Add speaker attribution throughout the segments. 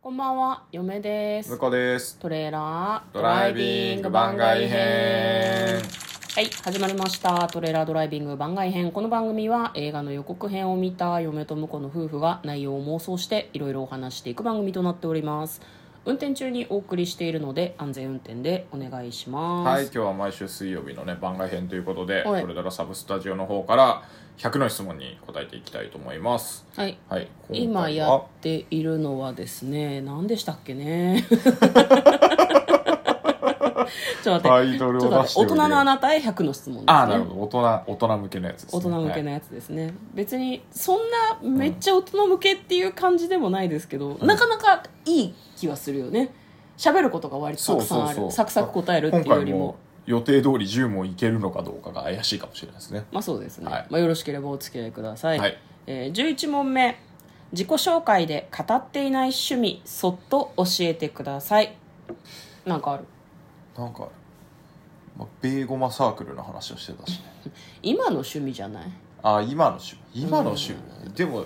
Speaker 1: こんばんは、嫁です
Speaker 2: 向。こうです
Speaker 1: トレーラード
Speaker 2: ドライビング番外編
Speaker 1: はい、始まりました。トレーラードライビング番外編。この番組は映画の予告編を見た嫁と婿の夫婦が内容を妄想していろいろお話していく番組となっております。運転中にお送りしているので安全運転でお願いします。
Speaker 2: はい今日は毎週水曜日のね番外編ということで
Speaker 1: はい
Speaker 2: これドラサブスタジオの方から100の質問に答えていきたいと思います
Speaker 1: はい
Speaker 2: はい
Speaker 1: 今
Speaker 2: 回
Speaker 1: や
Speaker 2: は
Speaker 1: っているのはですね何でしたっけね ちょっと
Speaker 2: タ
Speaker 1: 待って
Speaker 2: イト
Speaker 1: ちょ
Speaker 2: ル
Speaker 1: っ
Speaker 2: を
Speaker 1: と
Speaker 2: 出
Speaker 1: 待っ
Speaker 2: しててお
Speaker 1: 大人
Speaker 2: いて
Speaker 1: のあなたへ100の質問です、ね、
Speaker 2: ああなるほど大人大人向けのやつで
Speaker 1: 大
Speaker 2: す、ね、
Speaker 1: 人向けの
Speaker 2: はい
Speaker 1: やつですね、別にそんなめっちゃ大人向けっていう感じでもないですけど、なかなかいい気はするよね喋ることが割とた
Speaker 2: そう
Speaker 1: くさんあ
Speaker 2: そ
Speaker 1: る
Speaker 2: うそう
Speaker 1: サクサク答えるっていうよ
Speaker 2: 今
Speaker 1: り
Speaker 2: 回
Speaker 1: も
Speaker 2: も予定通り10問いけるのかどうかが怪しいかもしれないですね
Speaker 1: まあそうですね、
Speaker 2: はい
Speaker 1: まあ、よろしければお付き合いください、
Speaker 2: はい
Speaker 1: えー11問目自己紹介で語っていない趣味そっと教えてくださいなんかある
Speaker 2: なんか、まあ、ベーゴマサークルの話をしてたしね
Speaker 1: 今の趣味じゃない
Speaker 2: あ今の趣味今の趣味でも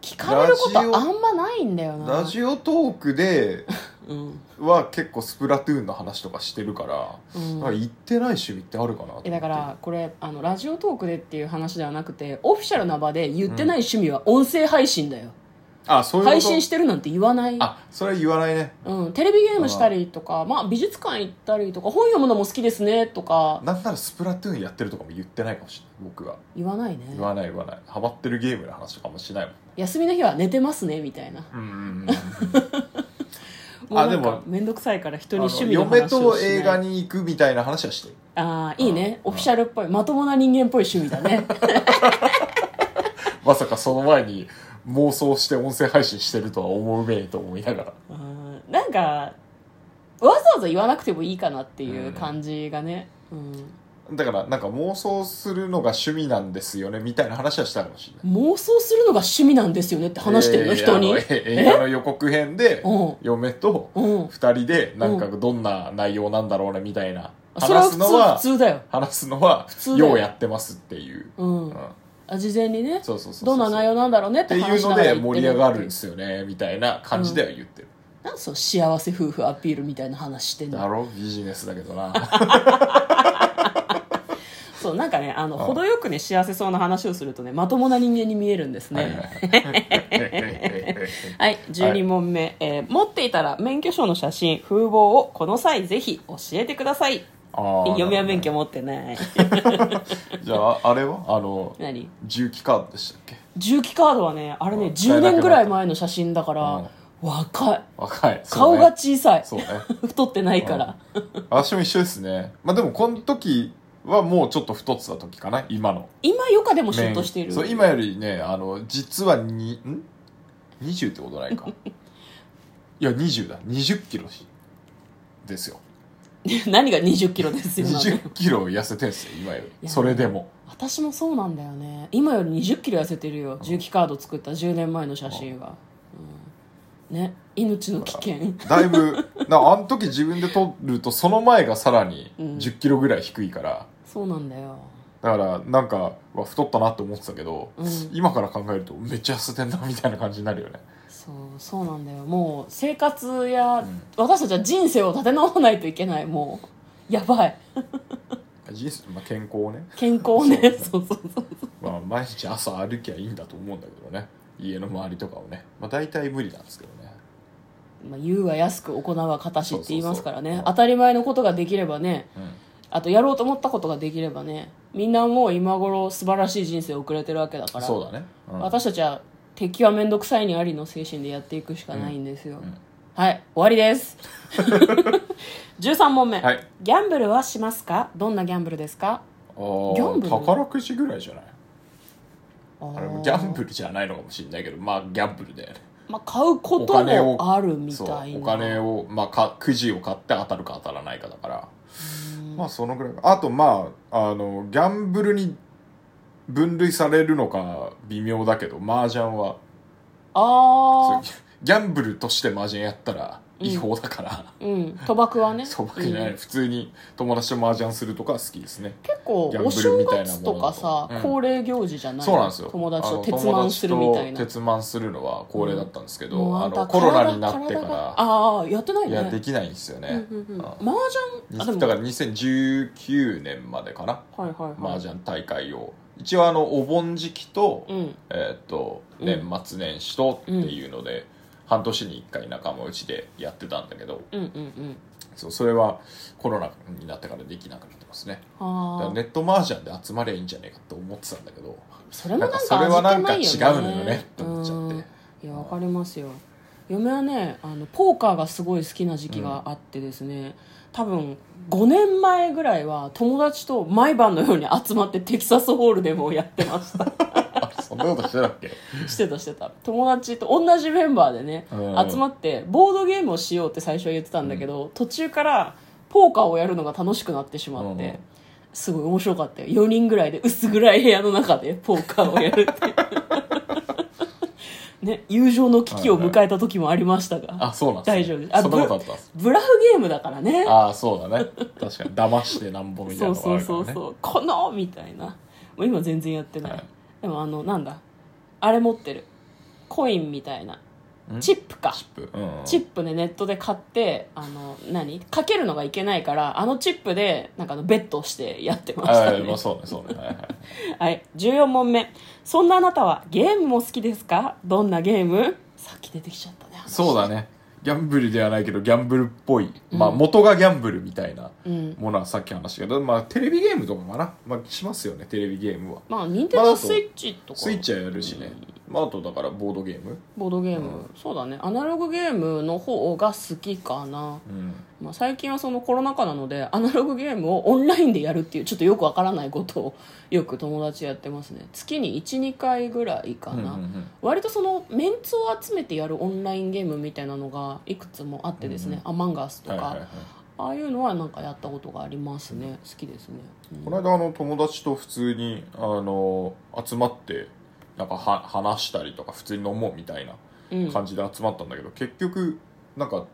Speaker 1: 聞かれることあんまないんだよな
Speaker 2: ラジオトークで
Speaker 1: うん、
Speaker 2: は結構スプラトゥーンの話とかしてるから、
Speaker 1: うん
Speaker 2: なんか言ってない趣味ってあるかなと思って
Speaker 1: えだからこれあのラジオトークでっていう話ではなくてオフィシャルな場で言ってない趣味は音声配信だよ、
Speaker 2: あそういうこと
Speaker 1: 配信してるなんて言わない
Speaker 2: あそれは言わないね
Speaker 1: うん、テレビゲームしたりとか、まあ、美術館行ったりとか本読むのも好きですねとか
Speaker 2: なんならスプラトゥーンやってるとかも言ってないかもしれない僕は
Speaker 1: 言わないね
Speaker 2: 言わない言わないハマってるゲームの話とかもしないもん
Speaker 1: 休みの日は寝てますねみたいな
Speaker 2: うんうん
Speaker 1: もう
Speaker 2: あ
Speaker 1: な
Speaker 2: で
Speaker 1: んか
Speaker 2: も
Speaker 1: 面倒くさいから人
Speaker 2: うん
Speaker 1: に
Speaker 2: あ
Speaker 1: 趣
Speaker 2: の
Speaker 1: 味の
Speaker 2: 嫁
Speaker 1: 話を
Speaker 2: と
Speaker 1: しない
Speaker 2: 映画に行くみたいな話はしてる
Speaker 1: ああいいね
Speaker 2: う
Speaker 1: オ
Speaker 2: ん
Speaker 1: フィシャルっぽいまともな人間っぽい趣味だ ね
Speaker 2: まさかその前に妄想して音声配信してるとは思うめえと思いながら
Speaker 1: うんなんかわざわざ言わなくてもいいかなっていう感じがね、うん
Speaker 2: だからなんか妄想するのが趣味なんですよねみたいな話はしたかもしれない
Speaker 1: 妄想するのが趣味なんですよねって話してるの、
Speaker 2: えー
Speaker 1: 人に
Speaker 2: あのえ映画の予告編で
Speaker 1: うん
Speaker 2: 嫁と
Speaker 1: うん
Speaker 2: 二人でなんかどんな内容なんだろうねみたいな
Speaker 1: それは
Speaker 2: 話
Speaker 1: 普
Speaker 2: す
Speaker 1: 通
Speaker 2: のは
Speaker 1: 普通だよ、
Speaker 2: 話すのは
Speaker 1: 通だよ
Speaker 2: ようやってますっていう、
Speaker 1: うん
Speaker 2: うん
Speaker 1: あ事前にね
Speaker 2: そうそうそうそう
Speaker 1: どんな内容なんだろうねっ
Speaker 2: っててい
Speaker 1: 話
Speaker 2: う
Speaker 1: し
Speaker 2: の
Speaker 1: ながら言
Speaker 2: で
Speaker 1: って
Speaker 2: 盛
Speaker 1: ね
Speaker 2: り上がるんですよねみたいな感じでは言ってる、
Speaker 1: なんかそう幸せ夫婦アピールみたいな話してんの
Speaker 2: だろビジネスだけ どな
Speaker 1: そうなんかねあの
Speaker 2: ああ
Speaker 1: 程よくね幸せそうな話をするとねまともな人間に見えるんですね
Speaker 2: は
Speaker 1: はいい、
Speaker 2: はいはい
Speaker 1: 12問目、えー持っていたら免許証の写真風貌をこの際ぜひ教えてください
Speaker 2: あー
Speaker 1: 読みは免許持ってない
Speaker 2: じゃああれはあの
Speaker 1: 何
Speaker 2: 重機カードでしたっけ
Speaker 1: 重機カードはねあれね
Speaker 2: うん
Speaker 1: 10年ぐらい前の写真だから若い
Speaker 2: 若いそう
Speaker 1: 顔
Speaker 2: ね
Speaker 1: が小さい、
Speaker 2: そうね
Speaker 1: 太ってないから、
Speaker 2: 私も一緒ですねまあでもこの時はもうちょっと太ってた時かな今の
Speaker 1: 今よかでもシュッとしてる
Speaker 2: そう今よりねあの実はにん20ってこ とないかいや20だ2 0キロですよ
Speaker 1: 何が2 0キロです
Speaker 2: 2
Speaker 1: よなんて
Speaker 2: 0キロ痩せてんすよ今よ
Speaker 1: いや
Speaker 2: りそれでも
Speaker 1: 私もそうなんだよね今より2 0キロ痩せてるよ重機カード作った10年前の写真が、うん、ね命の危険
Speaker 2: だいぶなあの時自分で撮るとその前がさらに
Speaker 1: うん
Speaker 2: 1 0キロぐらい低いから、
Speaker 1: そうなんだよ
Speaker 2: だからなんかうわ太ったなって思ってたけど、
Speaker 1: うん
Speaker 2: 今から考えるとめっちゃ痩せてんなみたいな感じになるよね
Speaker 1: そうそうなんだよもう生活や、
Speaker 2: ん
Speaker 1: 私たちは人生を立て直さないといけないもうやばい
Speaker 2: 人生、まあ、健康をね、
Speaker 1: 健康をねそうそうそう
Speaker 2: まあ、毎日朝歩きゃいいんだと思うんだけどね家の周りとかをね、まあ、大体無理なんですけどね
Speaker 1: まあ、言うは安く行うは形って言いますからね
Speaker 2: そうそうそ
Speaker 1: 当
Speaker 2: う
Speaker 1: たり前のことができればね
Speaker 2: うん
Speaker 1: あとやろうと思ったことができればねみんなもう今頃素晴らしい人生を送れてるわけだから
Speaker 2: そうだね、うん
Speaker 1: 私たちは敵は面倒くさいにありの精神でやっていくしかないんですよ、
Speaker 2: んうん
Speaker 1: はい終わりです 13問目、
Speaker 2: はい
Speaker 1: ギャンブルはしますかどんなギャンブルですか
Speaker 2: あー
Speaker 1: ギャンブル
Speaker 2: 宝くじぐらいじゃない
Speaker 1: あ
Speaker 2: あれもギャンブ
Speaker 1: ル
Speaker 2: ルじゃないのかもしれないけどまあギャンブルだよね
Speaker 1: まあ買うこ
Speaker 2: お
Speaker 1: と
Speaker 2: 金を
Speaker 1: もあるみ
Speaker 2: そう
Speaker 1: たいな
Speaker 2: お金を、まあ、かくじを買って当たるか当たらないかだからまあそのぐらいかあとまああのギャンブルに分類されるのか微妙だけど麻雀は
Speaker 1: あ
Speaker 2: そうギャンブルとして麻雀やったら違法だから、
Speaker 1: うん賭博はね
Speaker 2: そうわけじゃない、
Speaker 1: うん
Speaker 2: 普通に友達と麻雀するとか好きですね
Speaker 1: 結構
Speaker 2: ギャン
Speaker 1: お
Speaker 2: ブル
Speaker 1: 正
Speaker 2: みたいなもの
Speaker 1: 月とかさ、
Speaker 2: うん
Speaker 1: 恒例行事じゃない
Speaker 2: そうなんですよ
Speaker 1: 友達と
Speaker 2: あの
Speaker 1: 鉄腕するみたいな
Speaker 2: 友達と鉄腕するのは恒例だったんですけど、
Speaker 1: もう
Speaker 2: あ
Speaker 1: んた
Speaker 2: のコロナ
Speaker 1: 体
Speaker 2: になってか
Speaker 1: 体が
Speaker 2: ら
Speaker 1: ああやってない
Speaker 2: い
Speaker 1: ね
Speaker 2: やできないんですよね、
Speaker 1: うんうんうん、
Speaker 2: あ
Speaker 1: 麻雀あでも
Speaker 2: だから2019年までかな
Speaker 1: はいはいはい
Speaker 2: 麻雀大会を一応あのお盆時期と,、
Speaker 1: うん
Speaker 2: えー、と
Speaker 1: うん
Speaker 2: 年末年始とっていうので、半年に1回仲間内でやってたんだけど
Speaker 1: うんうんうん
Speaker 2: そうそれはコロナになってからできなくなってますねだから
Speaker 1: ああ、
Speaker 2: ネット麻雀で集まりゃいいんじゃねえかと思ってたんだけど
Speaker 1: それもなんか
Speaker 2: なんかそれはなんか
Speaker 1: 味気ないよ
Speaker 2: 違うのよねって思っちゃって
Speaker 1: うんいやわかりますよ嫁はねあのポーカーがすごい好きな時期があってですね、多分5年前ぐらいは友達と毎晩のように集まってテキサスホールでもやってました
Speaker 2: あそんなことしてたっけ
Speaker 1: してたしてた友達と同じメンバーでね、
Speaker 2: うん
Speaker 1: 集まってボードゲームをしようって最初は言ってたんだけど、途中からポーカーをやるのが楽しくなってしまって、
Speaker 2: うん
Speaker 1: すごい面白かったよ4人ぐらいで薄暗い部屋の中でポーカーをやる っていうね友情の危機を迎えた時もありましたが、
Speaker 2: あそうなん
Speaker 1: 大
Speaker 2: です、
Speaker 1: 丈夫
Speaker 2: ね、
Speaker 1: ですあ
Speaker 2: そんなことあったんです
Speaker 1: ブラフゲームだからね
Speaker 2: ああそうだね確かに騙してなんぼみたい
Speaker 1: そう
Speaker 2: なのが
Speaker 1: そ
Speaker 2: あ
Speaker 1: う
Speaker 2: る
Speaker 1: そう
Speaker 2: からね
Speaker 1: そうこのみたいなもう今全然やってない、
Speaker 2: はい
Speaker 1: でもあのなんだあれ持ってるコインみたいなんチップか
Speaker 2: チップうん
Speaker 1: チップねネットで買ってあの何かけるのがいけないからあのチップでなんかあのベットしてやってました
Speaker 2: はいま
Speaker 1: ね
Speaker 2: あそうねそうねはいはい
Speaker 1: はい14問目そんなあなたはゲームも好きですかどんなゲームさっき出てきちゃったね
Speaker 2: そうだね。ギャンブルではないけど、ギャンブルっぽい。
Speaker 1: うん
Speaker 2: まあ、元がギャンブルみたいな
Speaker 1: うん
Speaker 2: ものはさっき話したけど、まあ、テレビゲームとかかな。まあ、しますよね、テレビゲームは。
Speaker 1: まあ任天
Speaker 2: まああ
Speaker 1: 堂
Speaker 2: と
Speaker 1: スイッチとか
Speaker 2: スイッチはやるしね。まあ、あと、だから、ボードゲーム。
Speaker 1: ボードゲーム、そうだねアナログゲームの方が好きかな
Speaker 2: うん。
Speaker 1: まあ、最近はそのコロナ禍なのでアナログゲームをオンラインでやるっていうちょっとよくわからないことをよく友達やってますね月に12回ぐらいか
Speaker 2: うんうん
Speaker 1: な、
Speaker 2: うん
Speaker 1: 割とそのメンツを集めてやるオンラインゲームみたいなのがいくつもあってですね、アマンガスとか、
Speaker 2: はいはいはい。
Speaker 1: ああいうのはなんかやったことがありますね好きですね、うん
Speaker 2: この間、あの、友達と普通に、あの、集まって、なんかは、話したりとか、普通に飲もうみたいな
Speaker 1: うん
Speaker 2: 感じで集まったんだけど、結局、なんか、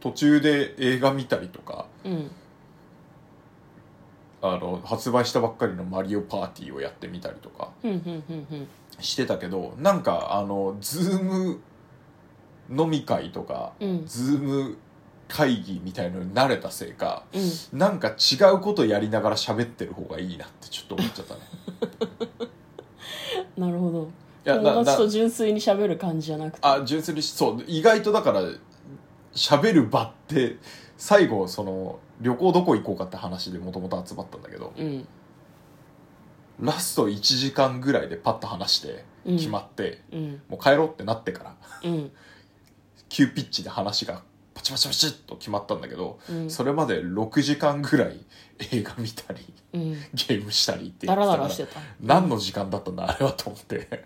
Speaker 2: 途中で映画見たりとか、
Speaker 1: うん
Speaker 2: あの、発売したばっかりのマリオパーティーをやってみたりとか、
Speaker 1: ふんふんふんふん
Speaker 2: してたけどなんかあのズーム飲み会とか、
Speaker 1: うん
Speaker 2: ズーム会議みたいのに慣れたせいか
Speaker 1: うん
Speaker 2: なんか違うことやりながら喋ってる方がいいなってちょっと思っちゃったね
Speaker 1: なるほど
Speaker 2: いや
Speaker 1: 友
Speaker 2: な
Speaker 1: 達と
Speaker 2: な
Speaker 1: 純粋に喋る感じじゃなくて
Speaker 2: あ純粋にそう意外とだから喋る場って最後その旅行どこ行こうかって話でもともと集まったんだけど
Speaker 1: うん
Speaker 2: ラスト1時間ぐらいでパッと話して
Speaker 1: うん
Speaker 2: 決まって、
Speaker 1: うん
Speaker 2: もう帰ろうってなってから
Speaker 1: うん
Speaker 2: 急ピッチで話がパチパチパチッと決まったんだけど、
Speaker 1: うん
Speaker 2: それまで6時間ぐらい 映画見たり
Speaker 1: うん
Speaker 2: ゲームしたりって
Speaker 1: ダラ
Speaker 2: た
Speaker 1: ダ
Speaker 2: から
Speaker 1: ラしてた
Speaker 2: 何の時間だったんだあれはと思って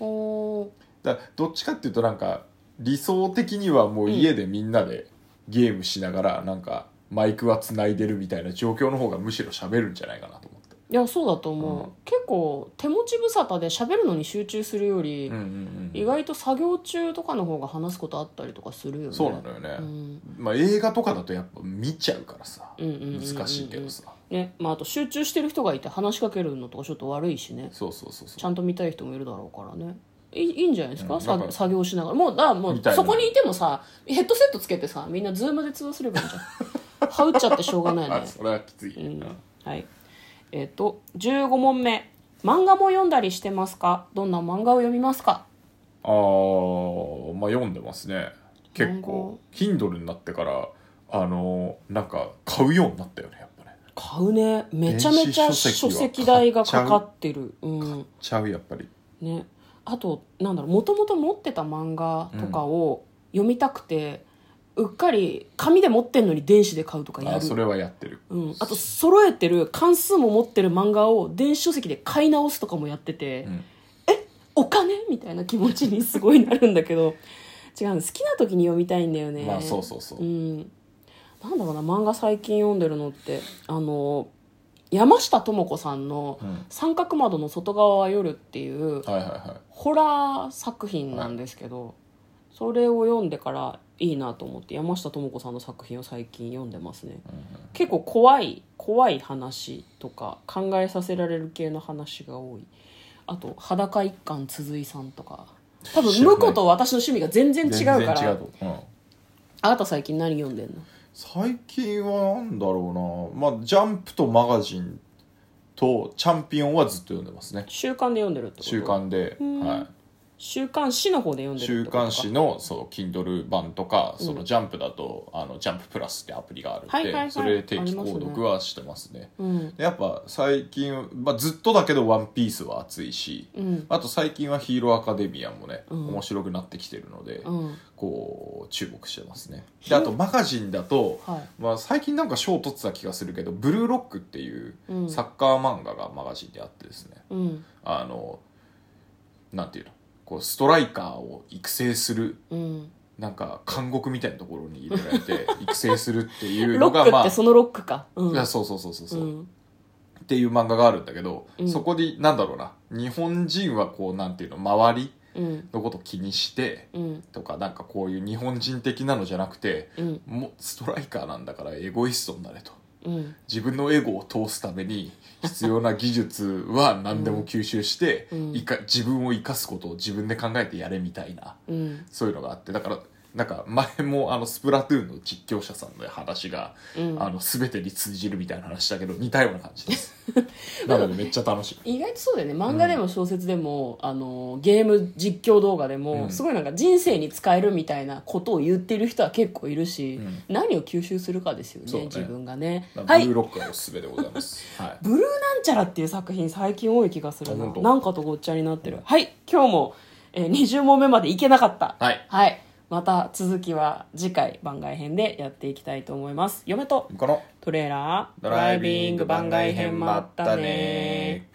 Speaker 1: おー
Speaker 2: だからどっちかっていうとなんか理想的にはもう家でみんなでゲームしながらなんかマイクは繋いでるみたいな状況の方がむしろ喋るんじゃないかなと思って
Speaker 1: いやそうだと思う、
Speaker 2: うん
Speaker 1: 結構手持ち無沙汰で喋るのに集中するより、
Speaker 2: うんうん
Speaker 1: 意外と作業中とかの方が話すことあったりとかするよね
Speaker 2: そうなのよね、
Speaker 1: うん
Speaker 2: まあ映画とかだとやっぱ見ちゃうからさ
Speaker 1: うんうんうんうんうん
Speaker 2: 難しいけどさ
Speaker 1: ねまあ、あと集中してる人がいて話しかけるのとかちょっと悪いしね
Speaker 2: そうそうそうそう
Speaker 1: ちゃんと見たい人もいるだろうからねいいいんじゃないですか,
Speaker 2: うん
Speaker 1: さ、
Speaker 2: なんか
Speaker 1: 作業しながらもうだからもう
Speaker 2: みたいな
Speaker 1: そこにいてもさヘッドセットつけてさみんなズームで通話すればいいじゃん 羽打っちゃってしょうがないね
Speaker 2: あそれはきつい、
Speaker 1: うんはい。えっ、と、15問目。漫画も読んだりしてますかどんな漫画を読みますか
Speaker 2: あーまあ読んでますね結構
Speaker 1: 漫
Speaker 2: Kindle になってからあのなんか買うようになったよねやっぱね
Speaker 1: 買うね。めちゃめちゃ
Speaker 2: 電子
Speaker 1: 書
Speaker 2: 書籍は
Speaker 1: 籍代がかかってる。うん。
Speaker 2: ちゃうやっぱり
Speaker 1: ね。あと、なんだろう、もともと持ってた漫画とかを読みたくて、うっかり紙で持ってんのに電子で買うとかや
Speaker 2: あ
Speaker 1: る。
Speaker 2: それはやってる
Speaker 1: うん、あと揃えてる関数も持ってる漫画を電子書籍で買い直すとかもやってて、
Speaker 2: うん
Speaker 1: お金みたいな気持ちにすごいなるんだけど 違うの好きな時に読みたいんだよね
Speaker 2: まあそうそうそう、
Speaker 1: んなんだろうな漫画最近読んでるのってあの山下智子さんの
Speaker 2: うん
Speaker 1: 「三角窓の外側は夜」っていう
Speaker 2: はいはいは
Speaker 1: ホラー作品なんですけど、それを読んでからいいなと思って山下智子さんの作品を最近読んでますね、結構怖い怖い話とか考えさせられる系の話が多いあと裸一貫鈴井さんとか多分
Speaker 2: 知らない
Speaker 1: 婿と私の趣味が全然違うから
Speaker 2: 全然違うと、うん、
Speaker 1: あなた最近何読んでんの
Speaker 2: 最近はなんだろうなまあジャンプとマガジンとチャンピオンはずっと読んでますね
Speaker 1: 週刊で読んでるってこと
Speaker 2: 週刊で、
Speaker 1: ん
Speaker 2: は
Speaker 1: 週刊誌の方で読ん
Speaker 2: い、
Speaker 1: でるっ
Speaker 2: 週
Speaker 1: てことか
Speaker 2: 刊誌のそう Kindle 版とかそのジャンプだと、あのジャンププラスってアプリがあるんで、
Speaker 1: はいはいはい
Speaker 2: それで定期
Speaker 1: あり
Speaker 2: 購
Speaker 1: ます
Speaker 2: 読
Speaker 1: ね
Speaker 2: はしてますね
Speaker 1: うん
Speaker 2: でやっぱ最近、まあ、ずっとだけど「ワンピースは熱いし、
Speaker 1: うん
Speaker 2: あと最近は「ヒーローアカデミア」もね、
Speaker 1: うん
Speaker 2: 面白くなってきてるので、
Speaker 1: うん
Speaker 2: こう注目してますねであとマガジンだと、
Speaker 1: はい
Speaker 2: まあ、最近なんか賞を取ってた気がするけど「ブルーロック」っていう
Speaker 1: うん
Speaker 2: サッカー漫画がマガジンであってですね、
Speaker 1: うん
Speaker 2: あのなんていうのこうストライカーを育成する
Speaker 1: うん
Speaker 2: なんか監獄みたいなところに入れられ て育成するっていう
Speaker 1: ロ
Speaker 2: の
Speaker 1: ッ
Speaker 2: が
Speaker 1: ク
Speaker 2: ま
Speaker 1: っ
Speaker 2: あ
Speaker 1: てそのロックかうん
Speaker 2: いやそうそうそうそうそうう、
Speaker 1: ん
Speaker 2: っていう漫画があるんだけど、
Speaker 1: うん
Speaker 2: そこになんだろうな日本人はこうなんていうの周り
Speaker 1: うん
Speaker 2: のこと気にして
Speaker 1: うん
Speaker 2: とかなんかこういう日本人的なのじゃなくて
Speaker 1: うん
Speaker 2: もうストライカーなんだからエゴイストになれと
Speaker 1: うん
Speaker 2: 自分のエゴを通すために必要な技術は何でも吸収して、
Speaker 1: うん
Speaker 2: いか自分を生かすことを自分で考えてやれみたいな
Speaker 1: うん
Speaker 2: そういうのがあってだからなんか前もあのスプラトゥーンの実況者さんの話が、
Speaker 1: うん
Speaker 2: あの全てに通じるみたいな話だけど似たような感じです なのでめっちゃ楽しい
Speaker 1: 意外とそうだよね漫画でも小説でも、あのゲーム実況動画でも、
Speaker 2: うん
Speaker 1: すごいなんか人生に使えるみたいなことを言ってる人は結構いるし、
Speaker 2: うん
Speaker 1: 何を吸収するかですよね
Speaker 2: そうね
Speaker 1: 自分がね
Speaker 2: だか
Speaker 1: は
Speaker 2: ら
Speaker 1: い
Speaker 2: ブルーロックがおすすめでございます、はい
Speaker 1: ブルーなんちゃらっていう作品最近多い気がする
Speaker 2: あ
Speaker 1: な
Speaker 2: 本当
Speaker 1: なんかとごっちゃになってる、はい今日も、えー、20問目までいけなかった
Speaker 2: はい
Speaker 1: また続きは次回番外編でやっていきたいと思います嫁と
Speaker 2: この
Speaker 1: トレーラー
Speaker 2: ドライビング番外編もあったね